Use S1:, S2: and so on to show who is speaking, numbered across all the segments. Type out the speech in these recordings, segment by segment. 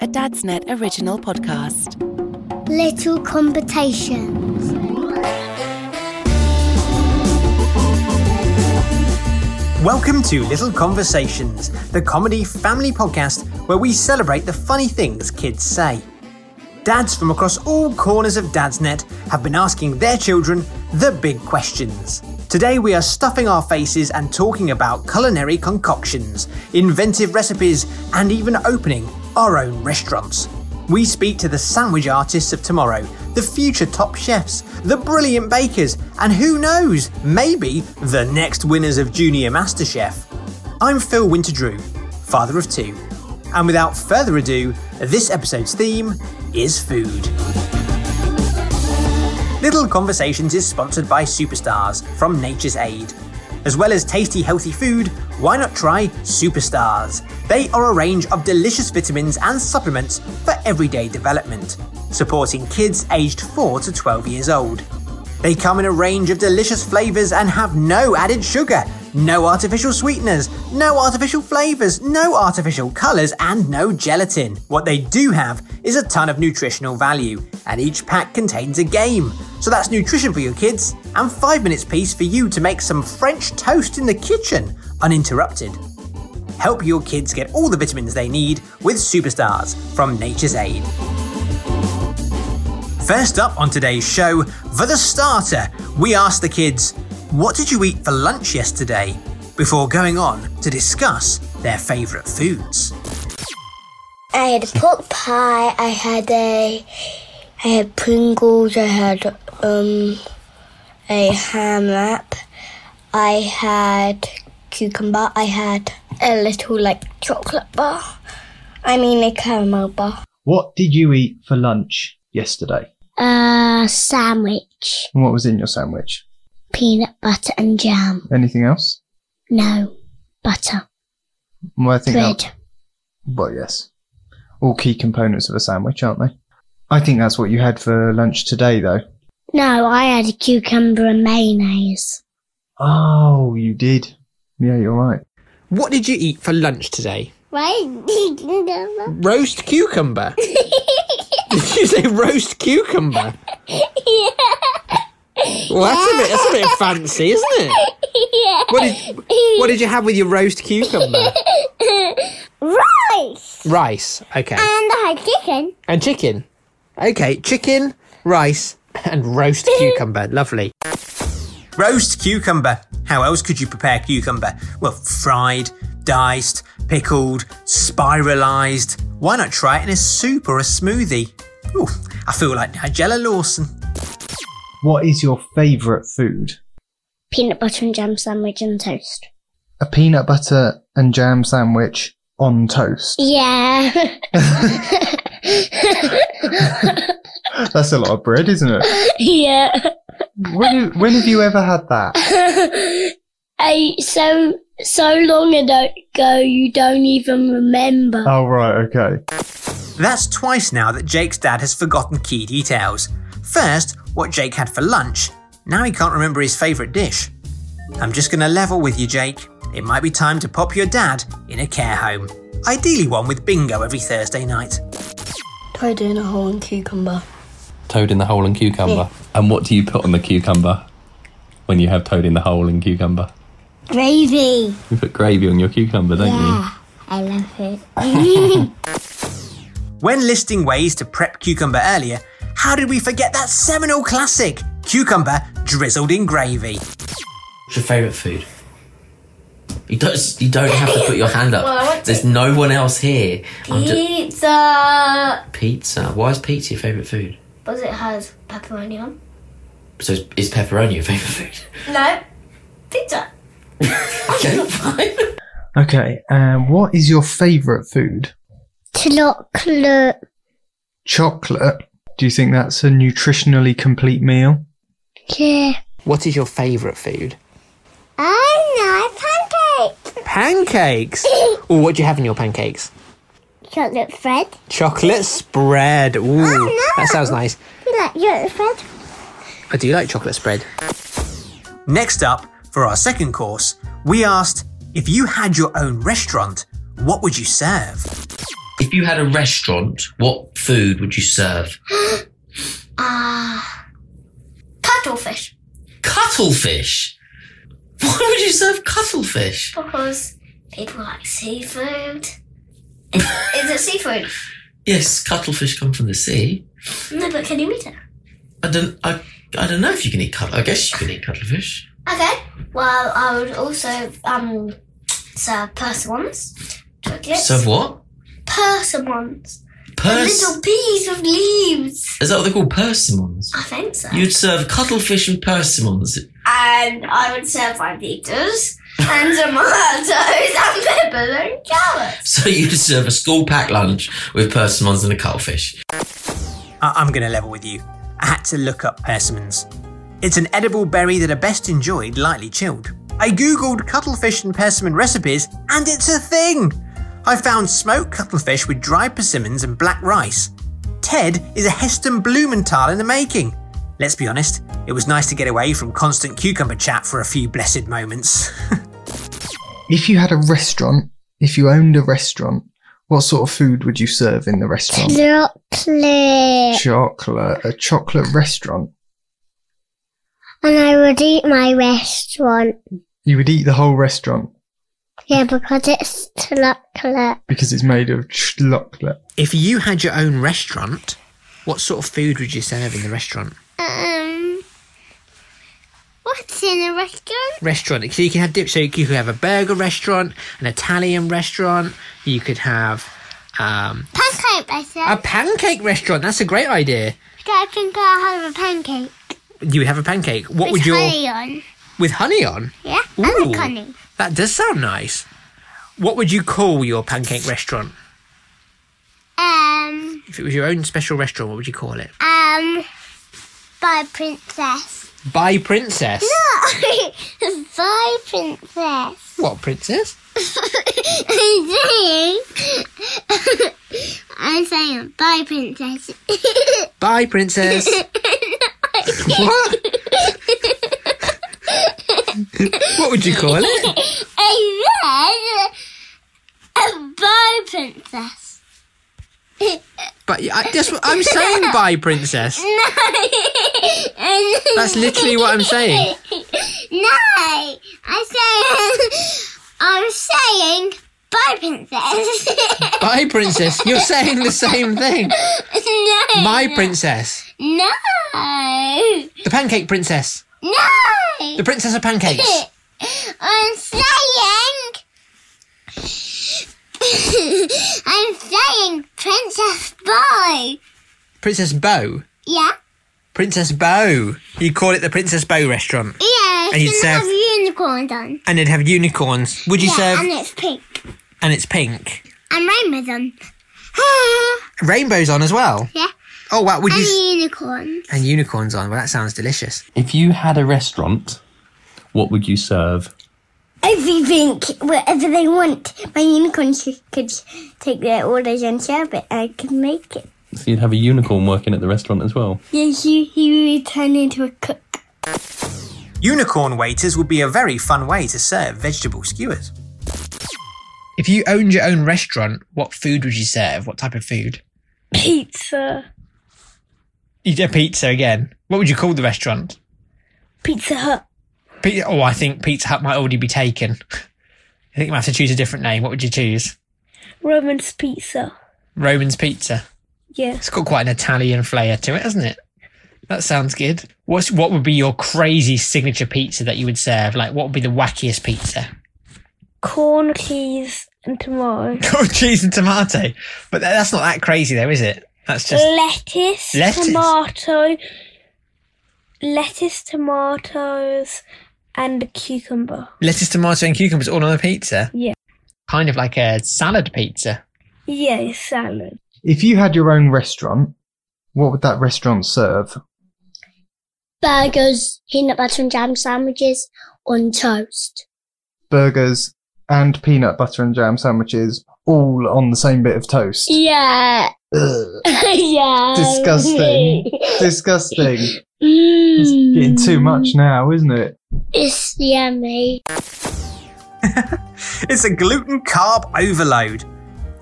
S1: a Dadsnet original podcast.
S2: Little competitions.
S3: Welcome to Little Conversations, the comedy family podcast where we celebrate the funny things kids say. Dads from across all corners of Dadsnet have been asking their children the big questions. Today we are stuffing our faces and talking about culinary concoctions, inventive recipes, and even opening our own restaurants. We speak to the sandwich artists of tomorrow, the future top chefs, the brilliant bakers, and who knows, maybe the next winners of Junior MasterChef. I'm Phil Winterdrew, father of two. And without further ado, this episode's theme is food. Little Conversations is sponsored by Superstars from Nature's Aid. As well as tasty, healthy food, why not try Superstars? They are a range of delicious vitamins and supplements for everyday development, supporting kids aged 4 to 12 years old. They come in a range of delicious flavours and have no added sugar, no artificial sweeteners, no artificial flavours, no artificial colours, and no gelatin. What they do have is a ton of nutritional value, and each pack contains a game. So that's nutrition for your kids, and five minutes piece for you to make some French toast in the kitchen, uninterrupted. Help your kids get all the vitamins they need with Superstars from Nature's Aid. First up on today's show, for the starter, we asked the kids, What did you eat for lunch yesterday? before going on to discuss their favourite foods.
S2: I had pork pie. I had a, I had Pringles. I had um, a ham wrap. I had cucumber. I had a little like chocolate bar. I mean a caramel bar.
S4: What did you eat for lunch yesterday?
S2: A sandwich,
S4: And what was in your sandwich?
S2: peanut butter and jam.
S4: Anything else?
S2: No, butter,
S4: Well, I think that- well, yes. All key components of a sandwich, aren't they? I think that's what you had for lunch today, though.
S2: No, I had a cucumber and mayonnaise.
S4: Oh, you did. Yeah, you're right.
S3: What did you eat for lunch today?
S2: Right?
S3: Roast cucumber. did you say roast cucumber? Well, that's a bit, that's a bit fancy, isn't it? What did, what did you have with your roast cucumber?
S2: Rice!
S3: Rice. Okay.
S2: And I had chicken.
S3: And chicken. Okay, chicken, rice, and roast cucumber. Lovely. Roast cucumber. How else could you prepare cucumber? Well, fried, diced, pickled, spiralised. Why not try it in a soup or a smoothie? Ooh, I feel like Nigella Lawson.
S4: What is your favourite food?
S2: Peanut butter and jam sandwich and toast.
S4: A peanut butter and jam sandwich on toast.
S2: Yeah.
S4: That's a lot of bread, isn't it?
S2: yeah.
S4: When, when have you ever had that?
S2: I, so, so long ago, you don't even remember.
S4: Oh, right, okay.
S3: That's twice now that Jake's dad has forgotten key details. First, what Jake had for lunch. Now he can't remember his favourite dish. I'm just going to level with you, Jake. It might be time to pop your dad in a care home. Ideally, one with bingo every Thursday night.
S5: Toad in a hole and cucumber.
S6: Toad in the hole and cucumber. And what do you put on the cucumber when you have toad in the hole and cucumber?
S2: Gravy.
S6: You put gravy on your cucumber, don't you?
S2: I love it.
S3: When listing ways to prep cucumber earlier, how did we forget that seminal classic? Cucumber drizzled in gravy.
S7: What's your favourite food? You don't. You don't have to put your hand up. There's no one else here. I'm ju-
S2: Pizza.
S7: pizza. Why is pizza your favourite food?
S2: Because it has pepperoni on.
S7: So is, is pepperoni your favourite food?
S2: No. Pizza.
S7: okay, fine.
S4: Okay, um, what is your favourite food?
S2: Chocolate.
S4: Chocolate. Do you think that's a nutritionally complete meal?
S2: Yeah.
S3: What is your favourite food?
S2: Oh no, pancake.
S3: Pancakes! Ooh, what do you have in your pancakes?
S2: Chocolate Fred.
S3: Chocolate spread. Ooh, that sounds nice.
S2: Chocolate Fred.
S3: I do like chocolate spread. Next up, for our second course, we asked if you had your own restaurant, what would you serve?
S7: If if you had a restaurant, what food would you serve?
S8: Ah, cuttlefish
S7: Cuttlefish. Why would you serve cuttlefish?
S8: because people like seafood. Is, is it seafood?
S7: Yes, cuttlefish come from the sea.
S8: No, but can you eat it?
S7: I don't. I, I don't know if you can eat cuttle. I guess you can eat cuttlefish.
S8: Okay. Well, I would also um serve persimmons. Chocolates.
S7: Serve what?
S8: persimmons.
S7: Pers.
S8: Little peas with leaves.
S7: Is that what they're called? Persimmons.
S8: I think so.
S7: You'd serve cuttlefish and persimmons.
S8: and I would serve my pizzas and tomatoes and peppers and carrots.
S7: So you'd serve a school pack lunch with persimmons and a cuttlefish.
S3: I- I'm going to level with you. I had to look up persimmons. It's an edible berry that are best enjoyed lightly chilled. I googled cuttlefish and persimmon recipes, and it's a thing! I found smoked cuttlefish with dried persimmons and black rice. Ted is a Heston Blumenthal in the making. Let's be honest, it was nice to get away from constant cucumber chat for a few blessed moments.
S4: If you had a restaurant, if you owned a restaurant, what sort of food would you serve in the restaurant?
S2: Chocolate.
S4: Chocolate. A chocolate restaurant.
S2: And I would eat my restaurant.
S4: You would eat the whole restaurant
S2: Yeah, because it's chocolate.
S4: because it's made of chocolate.
S3: if you had your own restaurant, what sort of food would you serve in the restaurant?
S2: Um, what's in a restaurant?
S3: restaurant. So you can have dip. So you could have a burger restaurant, an Italian restaurant. You could have um,
S2: Pancake, I
S3: a
S2: said.
S3: pancake restaurant. That's a great idea.
S2: I think I'll have a pancake.
S3: You would have a pancake. What would
S2: with
S3: your
S2: honey on.
S3: with honey on?
S2: Yeah,
S3: Ooh.
S2: and a honey.
S3: That does sound nice. What would you call your pancake restaurant?
S2: Um,
S3: If it was your own special restaurant, what would you call it?
S2: um, by princess.
S3: By Princess.
S2: by princess.
S3: What princess?
S2: I'm saying, I'm saying, by princess.
S3: By Princess. what? what would you call it?
S2: I said, uh, by princess.
S3: But I, that's what I'm saying. By Princess. That's
S2: That's
S3: literally what I'm saying.
S2: No, I say I'm saying bye, princess.
S3: Bye, princess. You're saying the same thing.
S2: no,
S3: My princess.
S2: no,
S3: The pancake princess.
S2: no.
S3: The princess of pancakes.
S2: I'm saying. I'm saying princess bye.
S3: Princess Bow.
S2: Yeah,
S3: Princess Bow. You call it the Princess Bow restaurant.
S2: yeah.
S3: And you'd
S2: it's
S3: serve-
S2: have unicorns on.
S3: And they'd have unicorns. Would you
S2: Yeah,
S3: serve?
S2: and it's pink
S3: and it's pink.
S2: and rainbows on.
S3: Rainbows on as well.
S2: yeah,
S3: Oh, wow. Would
S2: and
S3: you.
S2: unicorn.
S3: And unicorns on. Well, that sounds delicious.
S6: If you had a restaurant, what would you serve?
S2: everything, whatever they want. My unicorn sh- could take their orders and serve it. I could make it.
S6: So you'd have a unicorn working at the restaurant as well.
S2: Yeah, he, he would turn into a cook.
S3: Unicorn waiters would be a very fun way to serve vegetable skewers. If you owned your own restaurant, what food would you serve? What type of food?
S5: Pizza.
S3: You'd have pizza again. What would you call the restaurant?
S5: Pizza Hut.
S3: Pizza, oh, I think Pizza Hut might already be taken. I think you might have to choose a different name. What would you choose?
S5: Roman's Pizza.
S3: Roman's Pizza.
S5: Yeah.
S3: It's got quite an Italian flair to it, hasn't it? That sounds good. What's what would be your crazy signature pizza that you would serve? Like, what would be the wackiest pizza?
S5: Corn, cheese, and tomato.
S3: Corn cheese and tomato. But tha- that's not that crazy, though, is it? That's
S5: Um,
S3: just
S5: lettuce,
S3: Lettuce?
S5: tomato, lettuce, tomatoes, and a cucumber.
S3: lettuce, tomato, and cucumbers all on a pizza.
S5: Yeah.
S3: Kind of like a salad pizza.
S5: Yeah, salad.
S4: If you had your own restaurant, what would that restaurant serve?
S2: Burgers, peanut butter and jam sandwiches on toast.
S4: Burgers and peanut butter and jam sandwiches, all on the same bit of toast.
S2: Yeah,
S4: Ugh,
S2: yeah.
S4: disgusting. disgusting.
S2: Mm.
S4: It's getting too much now, isn't it?
S2: It's yummy.
S3: It's a gluten carb overload.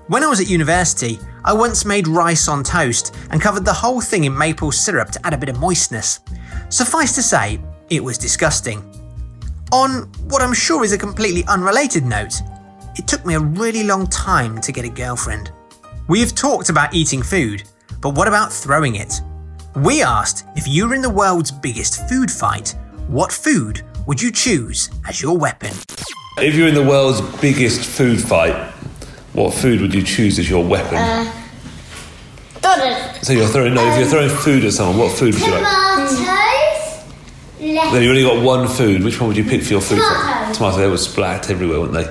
S3: When I was at university, I once made rice on toast and covered the whole thing in maple syrup to add a bit of moistness. Suffice to say, it was disgusting. On what I'm sure is a completely unrelated note, it took me a really long time to get a girlfriend. We've talked about eating food, but what about throwing it? We asked if you were in the world's biggest food fight, what food would you choose as your weapon?
S9: If you're in the world's biggest food fight, what food would you choose as your weapon?
S8: Donald.
S9: so you're throwing no, if you're throwing food at someone, what food would you like?
S2: Tomatoes.
S9: Then you've only got one food. Which one would you pick for your food? Tomato. Tomato. They were splat everywhere, weren't they?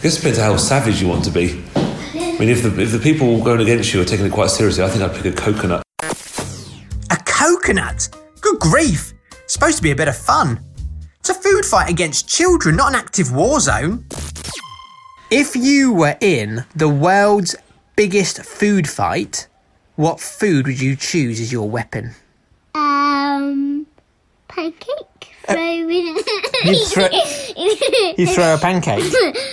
S9: This depends how savage you want to be. I mean, if the if the people going against you are taking it quite seriously, I think I'd pick a coconut.
S3: A coconut? Good grief! Supposed to be a bit of fun. It's a food fight against children, not an active war zone. If you were in the world's biggest food fight, what food would you choose as your weapon?
S2: Um, pancake. Throwing.
S3: You throw, you throw a pancake.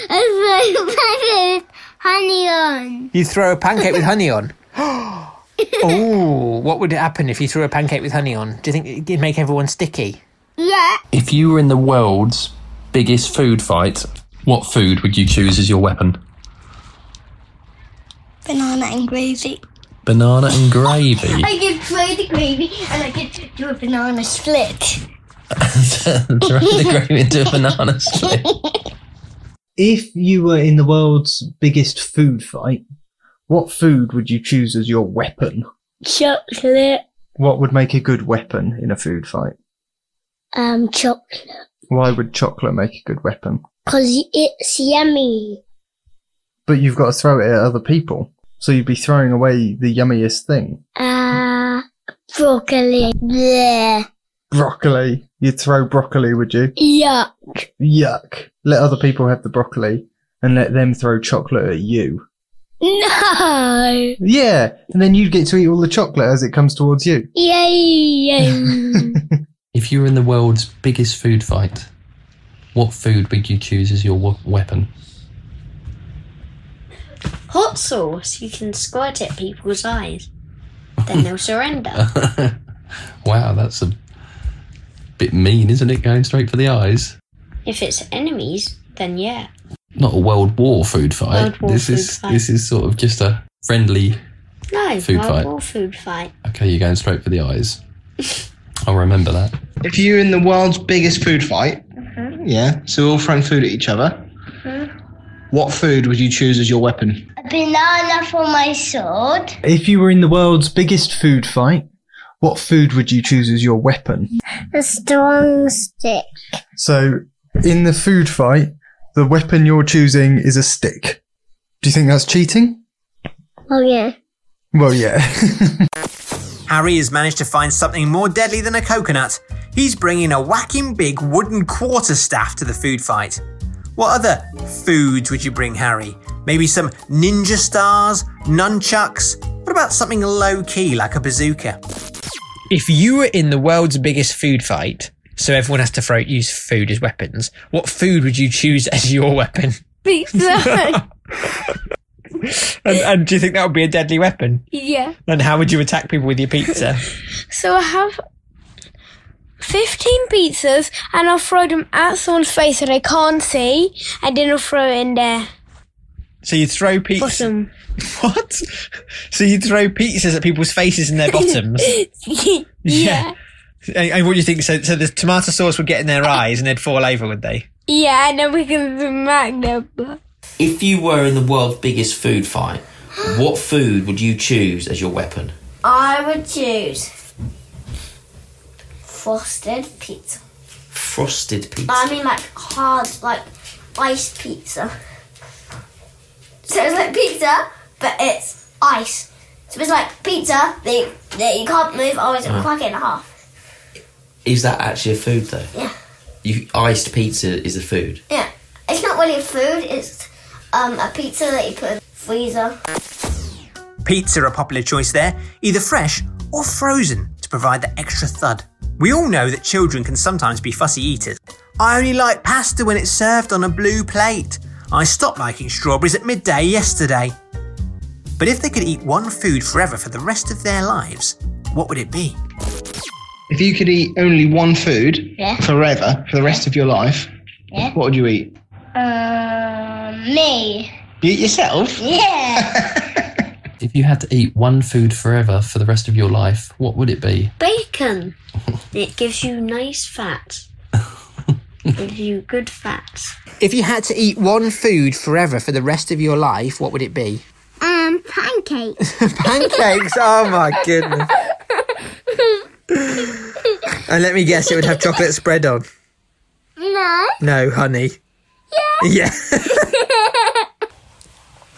S2: I throw honey on.
S3: You throw a pancake with honey on. Oh, what would happen if you threw a pancake with honey on? Do you think it'd make everyone sticky?
S2: Yeah.
S6: If you were in the world's biggest food fight, what food would you choose as your weapon?
S2: Banana and gravy.
S6: Banana and gravy.
S2: I could throw the gravy and I could do a banana split.
S6: Turn the gravy into a banana split.
S4: If you were in the world's biggest food fight, what food would you choose as your weapon?
S5: Chocolate.
S4: What would make a good weapon in a food fight?
S8: Um, chocolate.
S4: Why would chocolate make a good weapon?
S8: Because it's yummy.
S4: But you've got to throw it at other people. So you'd be throwing away the yummiest thing.
S8: Uh, broccoli. Yeah.
S4: Broccoli. You'd throw broccoli, would you?
S8: Yuck.
S4: Yuck. Let other people have the broccoli and let them throw chocolate at you.
S8: No.
S4: Yeah. And then you'd get to eat all the chocolate as it comes towards you.
S8: Yay.
S6: If you were in the world's biggest food fight, what food would you choose as your wa- weapon?
S10: Hot sauce. You can squirt at people's eyes. Then they'll surrender.
S6: Wow, that's a bit mean, isn't it? Going straight for the eyes.
S10: If it's enemies, then yeah.
S6: Not a world war food fight.
S10: World war
S6: this
S10: food
S6: is
S10: fight.
S6: this is sort of just a friendly.
S10: No,
S6: Food
S10: World
S6: fight.
S10: War food fight.
S6: Okay, you're going straight for the eyes. I'll remember that.
S11: If you're in the world's biggest food fight, yeah, so we're all throwing food at each other, what food would you choose as your weapon?
S2: A banana for my sword.
S4: If you were in the world's biggest food fight, what food would you choose as your weapon?
S2: A strong stick.
S4: So, in the food fight, the weapon you're choosing is a stick. Do you think that's cheating?
S2: Oh yeah.
S4: Well, yeah.
S3: Harry has managed to find something more deadly than a coconut. He's bringing a whacking big wooden quarterstaff to the food fight. What other foods would you bring, Harry? Maybe some ninja stars, nunchucks? What about something low key like a bazooka? If you were in the world's biggest food fight, so everyone has to throw, use food as weapons, what food would you choose as your weapon?
S5: Pizza.
S3: And, and do you think that would be a deadly weapon?
S5: yeah.
S3: And how would you attack people with your pizza?
S5: So I have 15 pizzas and I'll throw them at someone's face that I can't see and then I'll throw it in their
S3: so you throw pizza.
S5: bottom.
S3: What? So you throw pizzas at people's faces and their bottoms?
S5: yeah.
S3: And, and what do you think? So, so the tomato sauce would get in their eyes and they'd fall over, would they?
S5: Yeah, and then we can smack them.
S7: If you were in the world's biggest food fight, what food would you choose as your weapon?
S8: I would choose frosted pizza.
S7: Frosted pizza.
S8: I mean, like hard, like iced pizza. So it's like pizza, but it's ice. So it's like pizza that you, that you can't move, oh, otherwise
S3: Uh.
S8: it'll crack it in half.
S7: Is that actually a food though?
S8: Yeah.
S7: You iced pizza is a food.
S8: Yeah, it's not really food. It's um, a pizza that you put in the freezer. Pizza a popular choice there, either fresh or frozen to provide the extra thud. We all know that children can sometimes be fussy eaters. I only like pasta when it's served on a blue plate. I stopped liking strawberries at midday yesterday. But if they could eat one food forever for the rest of their lives, what would it be?
S3: If you could eat only one food
S12: Yeah.
S3: forever for the rest of your life,
S12: Yeah.
S3: what would you eat?
S12: Um, me.
S3: You eat yourself?
S12: Yeah.
S6: If you had to eat one food forever for the rest of your life, what would it be?
S5: Bacon. it gives you nice fat. gives you good fat.
S8: If you had to eat one food forever for the rest of your life, what would it be?
S2: Um, pancakes.
S8: Pancakes. Oh my goodness. And let me guess, it would have chocolate spread on.
S2: no.
S8: No, honey. Yeah. Yeah.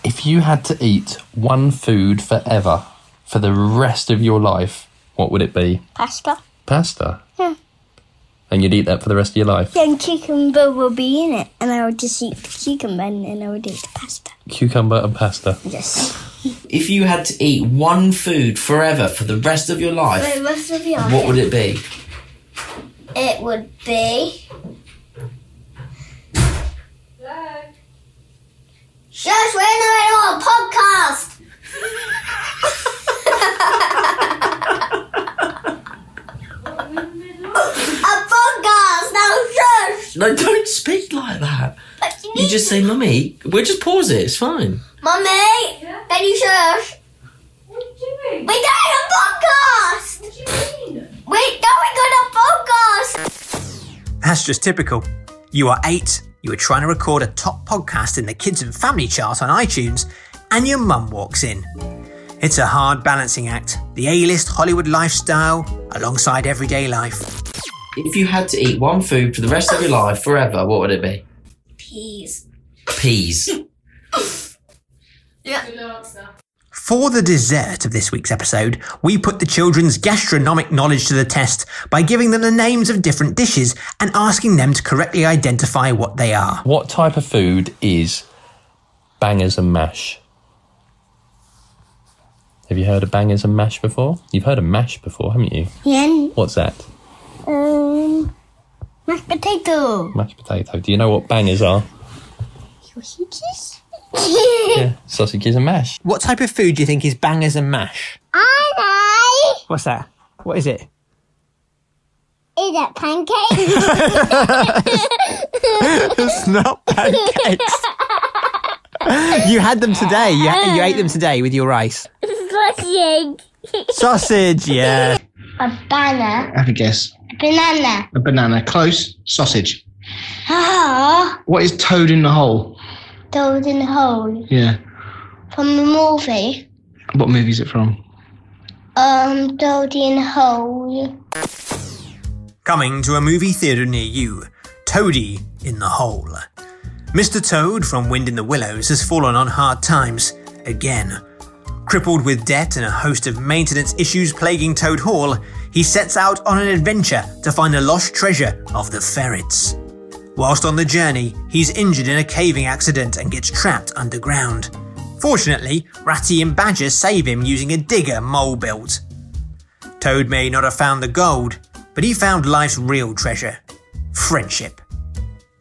S6: If you had to eat one food forever for the rest of your life, what would it be?
S2: Pasta.
S6: Pasta.
S2: Yeah.
S6: And you'd eat that for the rest of your life.
S2: Then cucumber will be in it, and I would just eat the cucumber, and then I would eat the pasta.
S6: Cucumber and pasta.
S2: Yes.
S7: If you had to eat one food forever for the rest of your life,
S12: the rest of
S7: what would it be?
S12: It would be. Just we're on a podcast. a podcast. Now, shush.
S7: No, don't speak like that. You just say, Mummy, we'll just pause it, it's fine.
S12: Mummy, can you shush? We're doing a podcast. What do you mean? We're going on a podcast.
S8: That's just typical. You are eight, you were trying to record a top podcast in the kids and family chart on iTunes, and your mum walks in. It's a hard balancing act the A list Hollywood lifestyle alongside everyday life.
S7: If you had to eat one food for the rest of your life forever, what would it be?
S5: Peas.
S7: Peas.
S5: Yeah. Good answer.
S8: For the dessert of this week's episode, we put the children's gastronomic knowledge to the test by giving them the names of different dishes and asking them to correctly identify what they are.
S6: What type of food is bangers and mash? Have you heard of bangers and mash before? You've heard of mash before, haven't you?
S2: Yeah.
S6: What's that?
S2: Um, mashed potato.
S6: Mashed potato. Do you know what bangers are?
S2: Sausages.
S6: Yeah, sausages and mash.
S8: What type of food do you think is bangers and mash?
S2: I
S8: What's that? What is it?
S2: know. Is that pancake?
S8: it's not pancakes. you had them today. You, you ate them today with your rice.
S2: Sausage.
S8: Sausage, yeah.
S2: A banana.
S3: Have a guess.
S2: Banana.
S3: A banana. Close. Sausage.
S2: Ah,
S3: What is toad in the hole?
S2: toad in the hole.
S3: Yeah.
S2: From the movie.
S3: What movie is it from?
S2: Um, toad in the hole.
S8: Coming to a movie theatre near you, Toady in the Hole. Mr. Toad from Wind in the Willows has fallen on hard times again. Crippled with debt and a host of maintenance issues plaguing Toad Hall, he sets out on an adventure to find the lost treasure of the ferrets. Whilst on the journey, he's injured in a caving accident and gets trapped underground. Fortunately, Ratty and Badger save him using a digger mole built. Toad may not have found the gold, but he found life's real treasure friendship.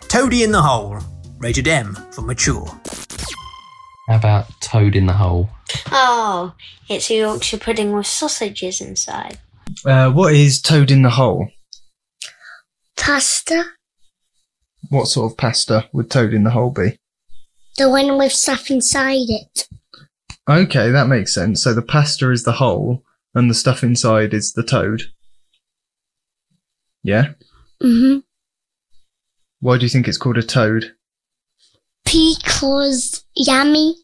S8: Toady in the Hole, rated M for mature.
S6: How about toad in the hole?
S5: Oh, it's a Yorkshire pudding with sausages inside.
S4: Uh, what is toad in the hole?
S2: Pasta.
S4: What sort of pasta would toad in the hole be?
S2: The one with stuff inside it.
S4: Okay, that makes sense. So the pasta is the hole, and the stuff inside is the toad. Yeah.
S2: Mm-hmm.
S4: Why do you think it's called a toad?
S2: Because yummy.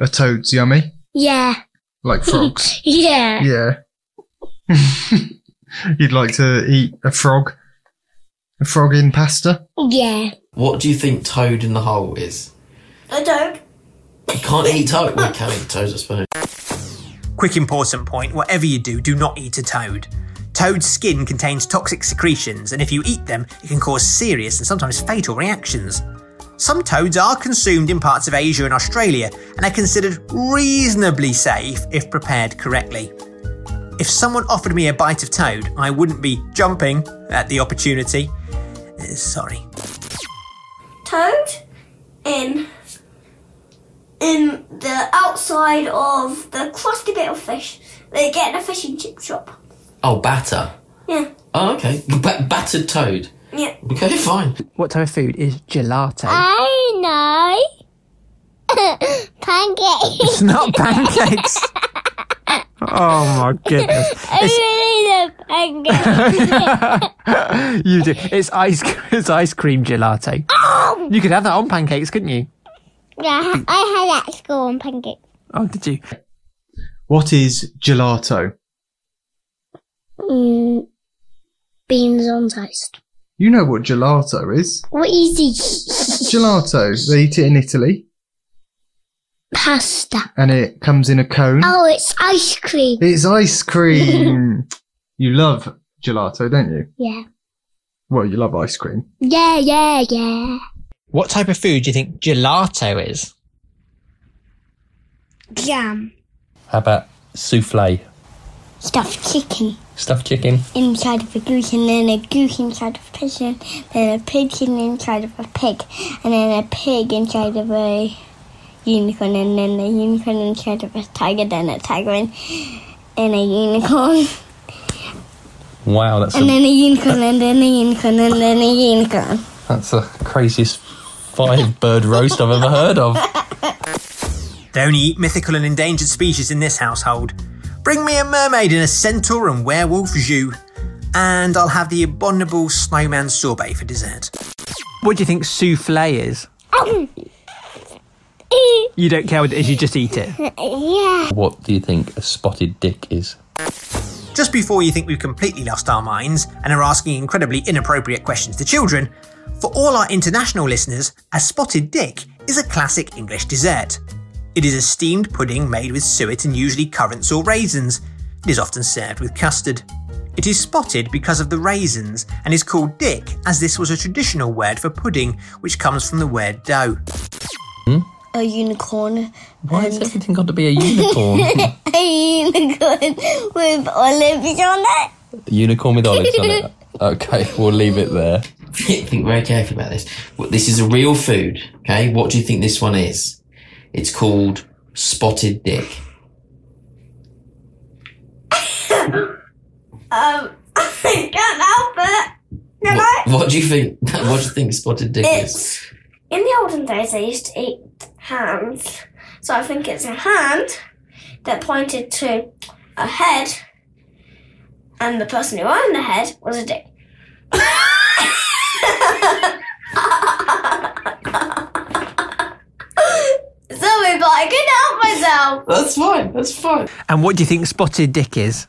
S4: A toad's yummy,
S2: Yeah.
S4: like frogs.
S2: Yeah.
S4: yeah. You'd like to eat a frog? A frog in pasta?
S2: Yeah.
S7: what do you think toad in the hole is?
S12: I don't.
S7: You can't eat toad. Well, you can eat toads, I suppose.
S8: Quick important point whatever you do, do not eat a toad. Toad's skin contains toxic secretions, and if you eat them, it can cause serious and sometimes fatal reactions. Some toads are consumed in parts of Asia and Australia and are considered reasonably safe if prepared correctly. If someone offered me a bite of toad, I wouldn't be jumping at the opportunity. Uh, Sorry.
S12: Toad in
S2: in the outside of the crusty bit of fish. They get in a fish and chip shop.
S7: Oh, batter.
S2: Yeah,
S7: Oh, okay. Ba- battered toad.
S2: yeah.
S7: Okay, fine.
S8: What type of food is gelato?
S2: I know. Pancake.
S8: It's not pancakes. Oh my goodness.
S2: I really love
S8: you do. It's ice. It's ice cream gelato. You could have that on pancakes, couldn't you?
S2: yeah, I had that school on pancake.
S8: Oh, did you?
S4: What is gelato?
S5: Mm, beans on toast.
S4: You know what gelato is.
S5: What is it?
S4: Gelato. They eat it in Italy,
S5: Pasta.
S4: and it comes in a cone.
S5: Oh, it's ice cream.
S4: It's ice cream. you love gelato, don't you?
S5: Yeah.
S4: Well, you love ice cream.
S5: Yeah, yeah, yeah.
S8: What type of food do you think gelato is?
S5: Jam.
S6: How about souffle?
S2: Stuffed chicken
S6: Stuffed chicken?
S2: inside of a goose, and then a goose inside of a pigeon, then a pigeon inside of a pig, and then a pig inside of a unicorn, and then a unicorn inside of a tiger, then a tiger, and, and a unicorn,
S6: Wow, that's
S2: and
S6: a,
S2: then a unicorn, and then a unicorn, and then a unicorn.
S6: that's the craziest five bird roast I've ever heard of.
S8: They only eat mythical and endangered species in this household. Bring me a mermaid in a centaur and werewolf jus, and I'll have the abominable snowman sorbet for dessert. What do you think souffle is? You don't care what it is, you just eat it.
S2: yeah.
S6: What do you think a spotted dick is?
S8: Just before you think we've completely lost our minds and are asking incredibly inappropriate questions to children, for all our international listeners, a spotted dick is a classic English dessert. It is a steamed pudding made with suet and usually currants or raisins. It is often served with custard. It is spotted because of the raisins and is called dick as this was a traditional word for pudding which comes from the word dough.
S13: A unicorn.
S6: Why has everything got to be a unicorn?
S13: a unicorn with olives on it.
S6: unicorn with olives on it. Okay, we'll leave it there.
S7: I think very carefully about this. Well, This is a real food, okay? What do you think this one is? It's called spotted dick.
S2: Um, I can't help it. No,
S7: What, what do you think? What do you think spotted dick is?
S2: It's in the olden days they used to eat hands, so I think it's a hand that pointed to a head, and the person who owned the head was a dick. Sorry, but I couldn't help myself.
S7: That's fine. That's fine.
S8: And what do you think spotted dick is?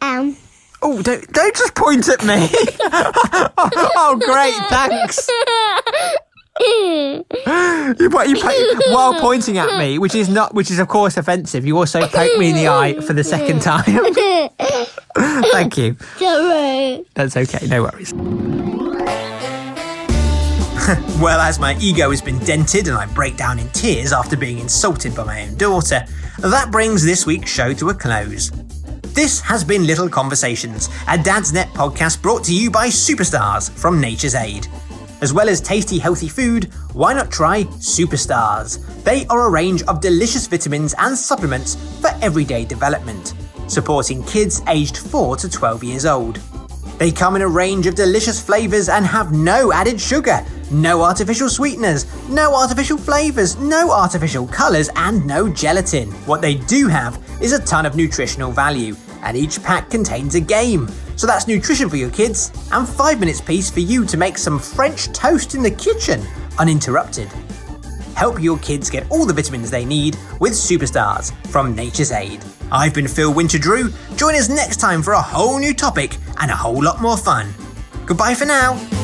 S2: Um.
S8: Oh, don't don't just point at me. oh, great, thanks. you, po- you po- while pointing at me, which is not, which is of course offensive. You also poke me in the eye for the second time. Thank you.
S2: Sorry.
S8: That's okay. No worries. well, as my ego has been dented and I break down in tears after being insulted by my own daughter, that brings this week's show to a close. This has been Little Conversations, a Dad's Net podcast brought to you by Superstars from Nature's Aid. As well as tasty, healthy food, why not try Superstars? They are a range of delicious vitamins and supplements for everyday development, supporting kids aged 4 to 12 years old. They come in a range of delicious flavours and have no added sugar, no artificial sweeteners, no artificial flavours, no artificial colours, and no gelatin. What they do have is a ton of nutritional value, and each pack contains a game. So that's nutrition for your kids, and five minutes piece for you to make some French toast in the kitchen, uninterrupted. Help your kids get all the vitamins they need with Superstars from Nature's Aid. I've been Phil Winterdrew. Join us next time for a whole new topic and a whole lot more fun. Goodbye for now.